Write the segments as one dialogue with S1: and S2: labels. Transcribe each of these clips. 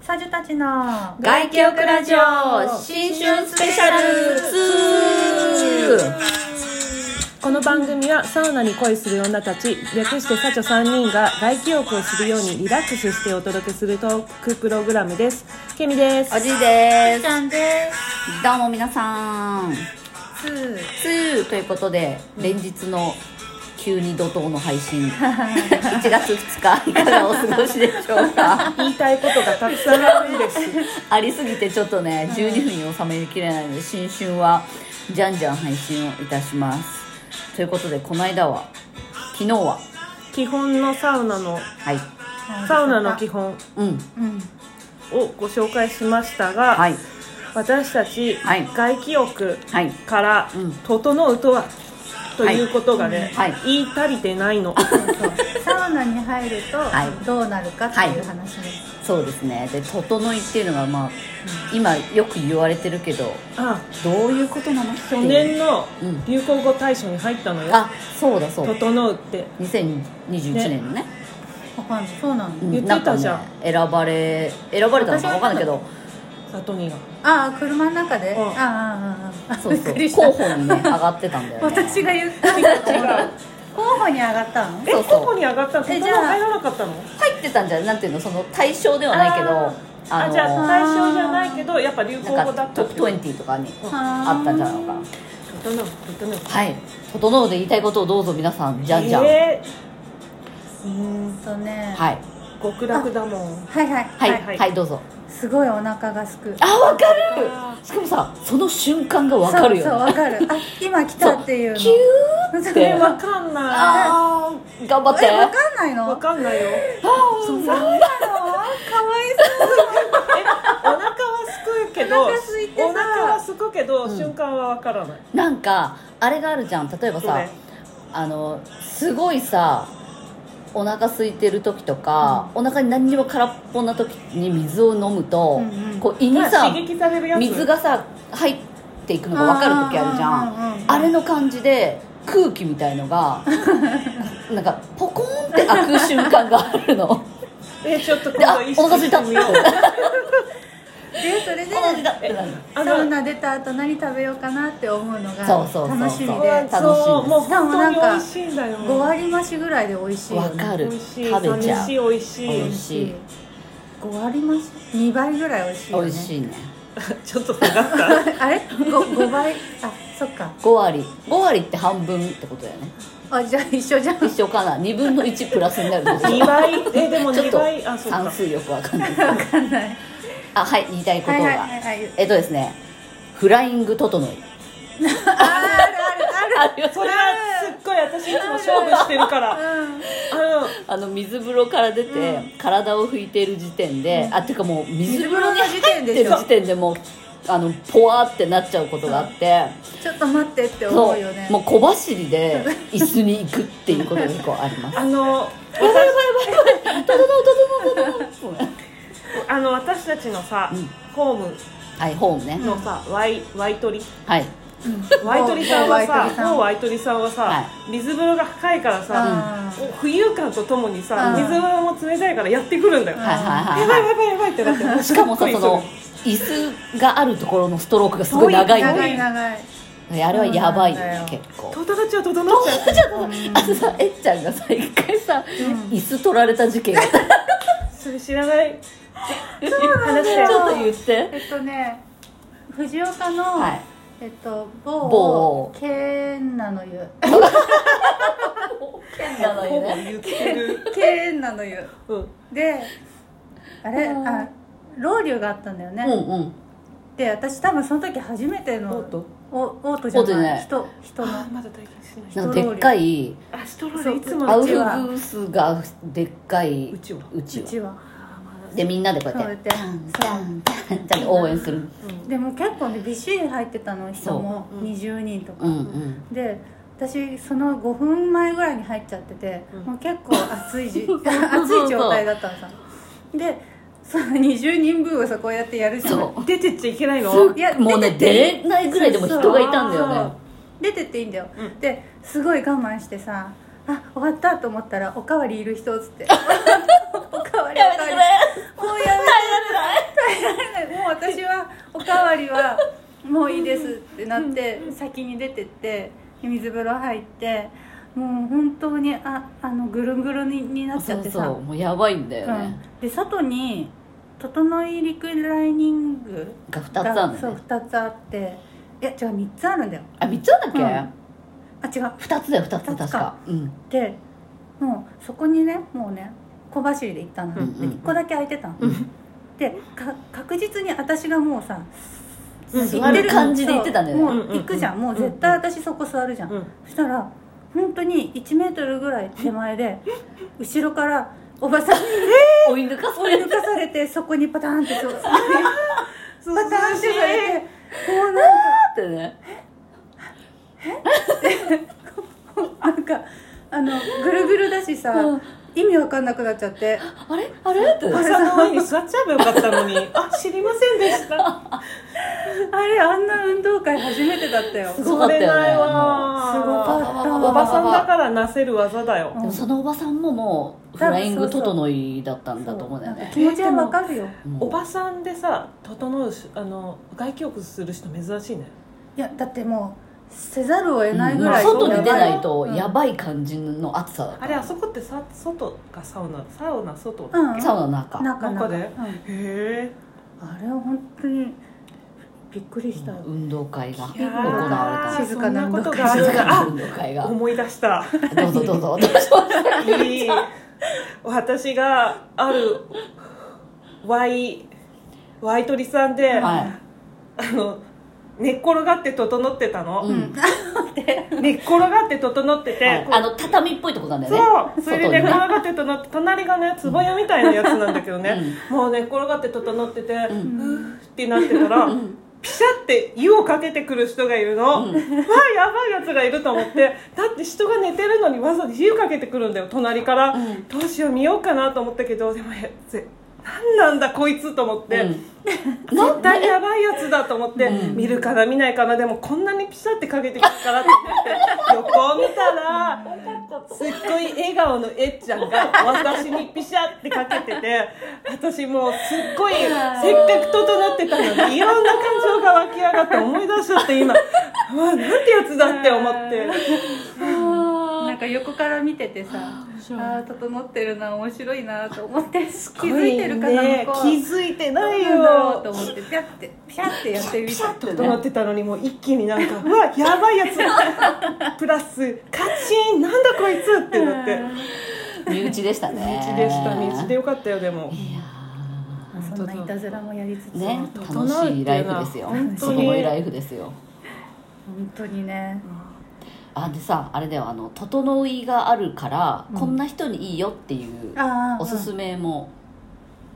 S1: サジュたちの
S2: 外記憶ラジオ新春スペシャル 2!
S3: この番組はサウナに恋する女たち略してサチョ3人が外気浴をするようにリラックスしてお届けするトークプログラムですケミです
S2: おじいで
S1: ちゃんです
S2: どうも皆さん
S1: す
S2: 2ということで連日の急に怒涛の配 信1月2日いかがお過ごしでしょうか
S3: 言いたいことがたくさんあるんです
S2: ありすぎてちょっとね12分に収めきれないので新春はじゃんじゃん配信をいたしますということでこの間は昨日は
S3: 基本のサウナの
S2: はい
S3: サウナの基本
S2: うん
S1: うん
S3: をご紹介しましたが、
S2: はい
S3: 私たち
S2: はい
S3: 外気浴
S2: はい
S3: から
S2: うん
S3: 「整うとは」ということがね、
S2: はいはい
S3: 言い足りてな いの
S1: サウナに入る
S2: はい
S1: とどうなるかっていう話です、
S2: そうですねで「整い」っていうのがまあ、今よく言われてるけど
S3: あ
S2: どういうことなのって
S3: 去
S2: いう
S3: 年の
S2: うん
S3: 流行語大賞に入ったのよ
S2: あそうだ
S3: 「
S2: そうだ
S3: 整う」って
S2: 2021年のね
S1: わかんないそうなの、
S2: うん
S3: 言ってたじゃん
S2: なかね、選ばれ選ばれたのか分かんないけど
S3: 里見が
S1: ああ車の中で、
S3: うん
S1: ああああああ
S2: そう
S1: び
S2: そ
S1: っ
S2: う
S1: くりし
S2: 候
S1: た
S2: 補にね上がってたんだよね
S1: 私が言ったんだと思った候補に上がったの
S3: え
S2: そうそう
S3: 候補に上がったの
S1: え
S3: 整う
S1: じゃあ
S3: 入らなかったの
S2: 入ってたんじゃなんていうのその対象ではないけど
S3: あ
S2: あ
S3: あ
S2: の
S3: じゃあ
S1: さ
S3: 対象じゃないけどやっぱ流行語だ
S2: なん
S3: った
S2: かトップ20とかに
S1: あー
S2: あったんじゃないのか
S3: 整う整う
S2: はい「整う」で言いたいことをどうぞ皆さんじゃんじゃん、
S3: えーうーん
S1: えっとね、
S2: はい
S3: 極楽だもん
S1: はいはい
S2: はい
S3: は
S2: はいい、
S3: はい
S2: どうぞ
S1: すごいお腹がすく
S2: あ分かる
S3: あ
S2: しかもさその瞬間が分かるよ、
S1: そ
S2: ね、
S1: うそうわかるあ今来たっていうの
S2: キュー
S1: そ
S2: っ
S3: ーえ
S2: て
S1: れ
S3: ーわかんな
S2: あー頑張って
S1: えわかんない
S3: いわ
S1: の
S3: かんない よえ
S1: そうなのかわいそう
S3: お腹はすくうけど
S1: お腹すいてさ
S3: お腹はすくけど瞬間はわからない
S2: なんかあれがあるじゃん例えば
S3: そう
S2: さ
S3: ね
S2: あのすごいさお腹空いてる時とか、お腹に何にも空っぽな時に水を飲む
S1: う
S2: と、
S1: んうん
S2: こう胃に
S3: まあ
S2: さ
S3: 刺激されるやつ
S2: 水がさ入っていくのが分かる時あるじゃん
S1: うんうんうんうん
S2: あれの感じで空気みたい のがなんかポコーンって開く瞬間があ るの
S3: えちょっと
S2: であ
S3: 今度一
S2: お腹
S3: 緒
S2: 空
S3: に
S2: いた
S3: 行
S1: で
S2: っ
S3: っててみよう
S1: それで
S2: お腹空いたってなる
S3: あ
S1: サウ
S3: の
S1: ナ出た後何食べようかなって思うのが
S2: そうそうそうそう
S1: 楽しみ
S3: うわ
S1: で
S2: 楽しいです
S3: そうもう本当に美味しいんだよ
S1: 5割増しぐらいで美味しいよ
S2: 分
S1: ね
S2: か
S3: 美
S2: る
S3: 味しい
S2: 食べちゃう
S3: 寂しい美味し
S2: 美
S3: い
S2: 味しい
S1: 5割増し2倍ぐらい美味しいよ
S2: 美
S1: ね
S2: 味しいね
S3: ちょっと下がっ た
S1: あれ 5, 5倍あそっか
S2: 5割5割って半分ってことだよね
S1: あじゃあ一緒じゃん
S2: 一緒かな2分の1プラスになるでしょ
S3: 2倍 えでも
S2: ちょっ
S3: 2
S2: と
S3: 倍あそう
S2: 算
S3: か
S2: 数よくわかんないわかんないあはい言いたいこと
S1: は
S2: が、
S1: いはいはいはい
S2: えっとですねフライングトトノイ
S1: あーあるある
S2: あります
S3: それはすっごい私いつも勝負してるから
S1: あるうん
S3: あの
S2: あの水風呂から出て、体を拭いている時点で、あっていうかもう水風呂に入ってる時点でもうあのポワーってなっちゃうことがあって、
S1: ちょっと待ってって思
S2: そう
S1: よね
S2: うもう小走りで椅子に行くっていうことが結構あります
S3: あの
S2: やばいやばいやばいトトノイトトノイトトノイ
S3: あの私たちのさ、
S2: うん
S3: ホー
S2: はいホームね
S3: ムのさ、ワイワイトリ
S2: はい
S3: ワイトリさんは
S1: ワイトリさ
S3: さ
S1: ん
S3: もうワイトリさんはさ、
S2: は
S3: 水風呂が深いからさ、
S1: う
S3: 浮遊感とともにさ、
S1: うん
S3: 水風呂も冷たいからやってくるんだよ、
S2: はいはいは
S3: や
S2: い
S3: ば
S2: はい
S3: いやばいやばいってなっ て
S2: しかもさその椅子があるところのストロークがすごい長いの
S1: 長
S2: ね
S1: い長い
S2: あれはやばいよ
S1: そうな
S2: ね
S1: んだよ
S2: 結構
S3: と整っちゃう整っちゃう
S2: ちょっとあとさえっちゃんがさ一回さ、椅子取られた事件があった
S3: それ知らない話
S1: だ
S3: だ
S1: よ
S2: ちょっ
S3: よ
S2: と言って
S1: えっとね藤岡の、
S2: はい
S1: えっと某
S2: 某
S1: ケンナの湯
S2: 変なの
S3: ほ
S2: よ
S3: ぼ
S2: ね
S3: 言ってる、
S1: ケンナの湯
S3: うん、
S1: であれ
S2: うん
S1: あロウリュがあったんだよね、
S2: うんうん
S1: で私多分その時初めての
S3: おっと
S1: おオートじゃ
S2: オートじゃ
S1: な
S2: ないい
S1: 人人の
S3: あーまだ体験しな
S2: な
S3: い
S2: んかでっかい
S3: あストロールいつも
S2: ア
S3: の
S2: ウ
S3: うち
S2: フグ
S3: は
S2: ースがでっかいう
S3: ちわ
S2: う
S1: う
S2: ちわ
S1: ちは
S2: でみんなでこうやって
S1: そうやって
S2: タンタンタ ンタンって応援する
S1: でも結構ねびっしり入ってたの人も
S3: そううん
S1: 20人とか、
S2: うんうん
S1: で私その5分前ぐらいに入っちゃってて、
S3: うん
S1: もう結構暑いじ
S2: そう
S1: 暑い状態だったのさでその20人分をさこうやってやる人
S2: そ
S1: も
S2: う
S3: 出てっちゃいけないの
S1: いや
S2: もうね
S1: 出て
S2: 出れないぐらいでも人がいたんだよ
S3: そうそう
S2: ね
S1: 出てっていいんだよ、
S3: うん
S1: ですごい我慢してさあ終わったと思 ったら「おかわりいる人」っつって「おかわりおかわり」もうやめて代わりはもういいですってなって先に出てって水風呂入ってもう本当にああのぐるんぐるんにになっちゃっ
S2: そう
S1: て
S2: そ
S1: さ
S2: うもうやばいんだよ
S1: う
S2: ね、
S1: んで外に整いリクライニング
S2: が2つあるん
S1: そ
S2: だ
S1: う
S2: ね
S1: 2つあっていや違う3つあるんだよ
S2: あ3つあるんだっけ、
S1: うんあ違う
S2: 2つだよ2つ確
S1: 二
S2: か
S1: つか
S2: うん
S1: でもうそこにねもうね小走りで行ったの、
S2: うんうんうん
S1: 1個だけ空いてたの、でか確実に私がもうさ
S3: うん
S2: 座る感じで行ってたんだよね
S1: そうもう行くじゃんもう絶対私そこ座るじゃん、
S3: うん
S1: そしたら本当に1メートルぐらい手前で後ろからおばさんに
S2: 追い抜かさ
S1: 追い
S2: れ
S1: 抜
S2: て
S1: かされてそこにパターンって そうパ
S3: そう
S1: ターンってされてもうなんか
S2: ってね
S1: なんかあのぐるぐるだしさ、
S2: うん
S1: 意味わかんなくなっちゃって
S2: あれあれって
S1: あれ
S3: 朝の上に座っちゃえばよかったのにあ知りませんでした
S1: あれあんな運動会初めてだったよ
S2: すごかったよね
S3: それないわ
S1: すごか
S2: っ
S1: った
S3: おばさんだからなせる技だよ
S2: でもそのおばさんももうフライング整いだったんだと思うんだよね
S1: 気持ちはわかるよ
S2: もう
S3: おばさんでさ整うしあの外気浴する人珍しいね
S1: いやだってもうせざるを得ないぐ
S2: ま
S1: ら
S2: あ
S1: い、
S2: 外に出ないと
S1: うん
S2: やばい感じの暑さだった
S3: あれあそこってさ外がサウナサウナ外、へ
S1: うん
S2: サウナの中
S1: 中
S3: 中で
S1: うん
S3: え
S1: あれは本当にびっくりしたよ、
S2: 運動会が
S3: いやー
S2: 行われ
S1: 静かな
S3: そんなこと
S2: た
S3: があ
S2: 静
S3: る
S2: かな
S3: あ
S2: 運動会が
S3: 思い出した
S2: どうぞどうぞ
S3: いい私があるワイワイ鳥さんで、
S2: は
S3: あの寝っ転がって整ってたの、
S2: い、うん、
S3: 寝っ転がって整ってて、
S2: はい
S3: こう
S2: あの畳っぽいとこなんだよね
S3: そうそれで
S2: 外
S3: 寝っ
S2: にね
S3: 転がって整って隣がねつぼやみたいなやつなんだけどね、もう寝っ転がって整ってて、う
S2: うん
S3: ーってなってたら、ピシャって湯をかけてくる人がいるの、
S2: うん
S3: わあやばいやつがいると思ってだって人が寝てるのにわざわざ湯かけてくるんだよ隣から、
S2: ん
S3: どうしよう見ようかなと思ったけどでもえぜ何なんだこいつと思って、
S2: うん
S3: 絶対やばいやつだと思って、
S2: うん
S3: 見るから見ないからでもこんなにピシャってかけてきたからと思って横を見たらすっごい笑顔のえっちゃんが私にピシャってかけてて私もうすっごいせっかく整ってたのにいろんな感情が湧き上がって思い出しちゃって今うわなんてやつだって思って
S1: なんか横から見ててさああ整ってるな面白いなと思って気づいてるかな、
S3: ね
S1: 向こう
S3: 気づいてない
S1: どうなんだろうと
S3: よ
S1: 思ってピャってピャってやってみた
S3: 整ってたのにもう一気になんかう わやばいや つプラスカチンなんだこいつってなって
S2: 身内でしたね
S3: 道でした道でよかったよでも
S2: いや
S1: そんないたずらもやりつつ、
S2: ーね
S3: 整う
S2: 楽しいライフですよ
S3: っていうのは本
S2: す
S3: 当に
S2: ごいライフですよ
S1: 本当にね
S2: あでさあれだよあの整いがあるから、
S1: うん
S2: こんな人にいいよっていう
S1: ああ
S2: おすすめも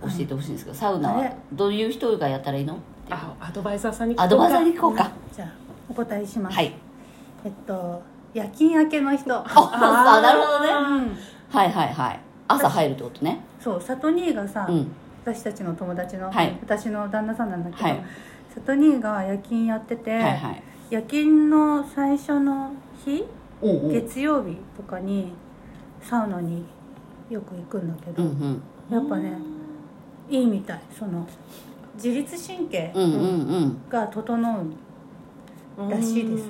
S2: 教えてほしいんですけど、サウナ
S1: あ
S2: は
S1: れ
S2: どういう人がやったらいいのっていう
S3: あアドバイザーさんに
S2: アドバイザーに聞こうか、
S1: じゃあお答えします、
S2: はい
S1: えっと夜勤明けの人
S2: あ あなるほどね
S1: うん
S2: はいはいはい朝入るってことね
S1: そう里兄がさ、
S2: うん
S1: 私たちの友達の、
S2: はい
S1: 私の旦那さんなんだけど、
S2: はい
S1: 里兄が夜勤やってて、
S2: はいはい
S1: 夜勤の最初の日
S2: おうおう
S1: 月曜日とかにサウナによく行くんだけ
S2: う
S1: ど、
S2: んうん
S1: やっぱねいいみたいその自律神経
S2: うんうんうん
S1: が整う、らしいです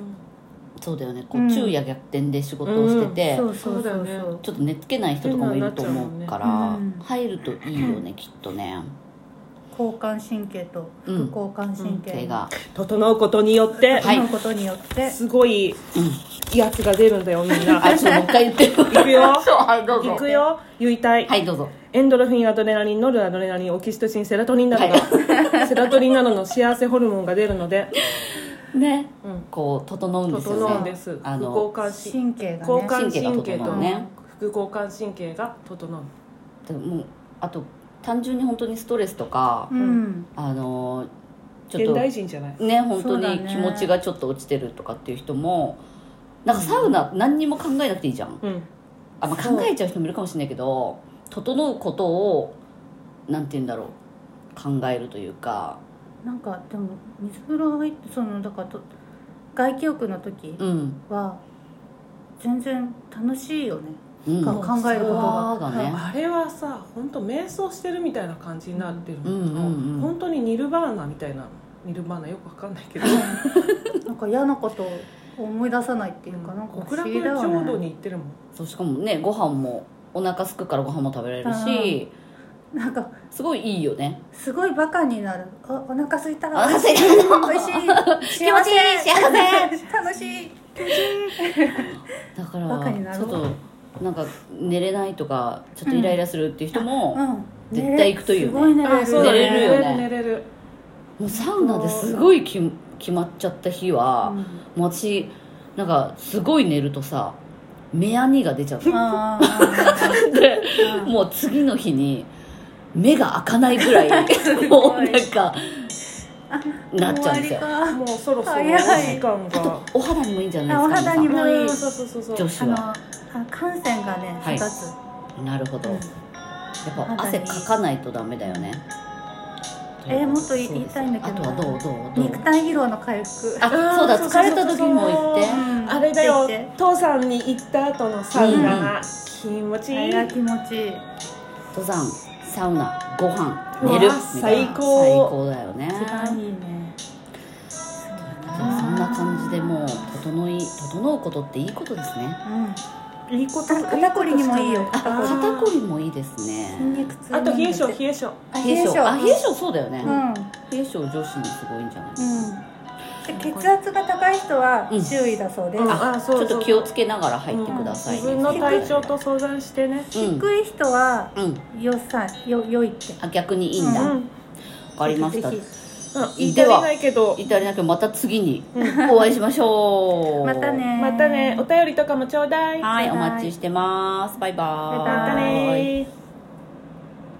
S2: そうだよねこ
S1: う
S2: うん昼夜逆転で仕事をしてて、
S1: そうそうそうそう
S3: そうだよね
S2: ちょっと寝つけない人とかもいると思うから、
S1: うん
S2: 入るといいよねきっとね
S1: 交感神経と副
S2: うん
S1: 交感神経
S2: 手が
S3: 整うことによって、
S2: はい
S1: のことによって、
S3: すごいやつが出るんだよみんな
S2: あちょっともう一回言ってよ
S3: いくよ
S2: そうはいどうぞ
S3: いくよ言いたい、
S2: はいどうぞ
S3: エンドルフィンアドレナリンノルアドレナリンオキシトシンセラトニンなどの、 セラトニンなどの幸せホルモンが出るので
S2: ね、
S3: うん
S2: こう整うんですよね
S3: 整うんです
S2: あ
S3: 副交
S2: の
S3: 感神
S1: 神経がね
S3: 交感
S2: 神
S3: 神経
S2: 経が整
S3: と
S2: うね
S3: 副交感神経が整う
S2: でももうあと単純に本当にストレスとか、
S1: うん
S2: あのちょ
S3: 現代
S2: っ
S3: 人じゃない
S2: とね本当
S1: そうだ
S2: に
S1: ね
S2: 気持ちがちょっと落ちてるとかっていう人もなんかサウナ何にも考えなくていいじゃん、
S3: うん
S2: あまあ、
S1: そう
S2: 考えちゃう人もいるかもしれないけど整うことをなんて言うんだろう考えるというか
S1: なんかでも水風呂入ってそのだからと外気浴の時
S2: うん、
S1: は全然楽しいよね、
S2: うん、
S1: か考えることが
S2: そうだね
S3: あれはさ本当瞑想してるみたいな感じになってるの、
S2: うんうんうんうん
S3: 本当にニルバーナみたいなニルバーナよくわかんないけど
S1: なんか嫌なことを思い出さないっていうか、なんか
S3: 極
S1: 不思
S3: 楽
S1: 議だよ
S3: 浄土
S1: ね
S3: に行ってるもん
S2: そうしかもねご飯もお腹すくからご飯も食べられるし
S1: なんか
S2: すごいいいよね
S1: すごいバカになるあお腹空いた
S2: お
S1: ら
S2: 腹
S1: 美
S2: すいた
S1: 味しい
S2: 気持ちいい幸
S1: せ 楽しい
S2: だか
S1: バカにな
S2: ら
S1: ろ
S2: ち
S1: う
S2: ょっとなんか寝れないとかちょっとイライラするっていう人も、も
S1: うん
S2: 絶対行くといいよね
S1: すごい寝れる
S3: あそうだ
S2: 寝れるよね
S3: 寝れる
S2: うサウナですごいき決まっちゃった日は、
S3: うん
S2: もう私なんかすごい寝るとさ目やにが出ちゃう
S1: あー
S2: で
S1: うん
S2: もう次の日に目が開かないぐ らいもうなんか なっちゃうんです
S1: 終わり
S2: よ
S1: か
S3: もうそろそろお
S1: 早い
S3: 時間
S2: あと
S3: が
S2: お肌にもいいんじゃないですか
S1: あお肌にも
S2: 皆
S1: いい
S3: そうそうそうそう
S2: さん
S1: あの
S2: 女子は
S1: あ汗腺がね
S2: はい
S1: 育つ、
S2: なるほど、
S1: うん
S2: やっぱ汗かかないとダメだよね
S1: えーもっとい
S2: そうです
S1: 言いたいんだけど
S2: あとはどうどうどう
S1: 肉体疲労の回復
S2: あそうだ疲れた時にも行って
S1: うん
S3: あれだよ
S1: 行って
S3: 父さんに行った後のサウナが気持ち
S1: あ
S3: い
S1: れ
S3: い
S1: が気持ちいい
S2: 登山サウナご飯寝る
S3: うわ
S2: みたいな
S3: 最高
S2: 最高だよね
S1: 一番いいね
S2: そんな感じでもう整い整うことっていいことですね
S1: うんいいこと肩こりにもいいよ
S2: あ
S1: 肩こり
S2: 肩こりもいいです
S1: 筋
S2: ね
S1: 肉痛
S3: あと冷え性
S1: 冷
S3: 冷
S2: 冷え
S3: え性
S2: 性あ冷え
S1: え
S2: 性そうだよね、
S1: うんうん
S2: 冷え性女子にすごいんじゃない、
S1: で血圧が高い人は
S2: うん
S1: 注意だそうです
S3: あそうそう
S2: ちょっと気をつけながら入ってくださいね、
S3: 自分の体調と相談してね
S2: うん
S1: 低い人は
S2: うん
S1: 良さよ良いって
S2: あ逆にいいん
S3: う
S2: だ、
S3: ん
S2: わ
S3: うん
S2: かりました
S1: ぜひ
S3: 言い足りないけど
S2: 至りなくまた次に
S3: うん
S2: お会いしましょ う
S1: またね
S3: またねお便りとかもちょうだい
S2: はいお待ちしてますバイバー
S1: バ
S2: イ
S1: イバーイ
S3: またね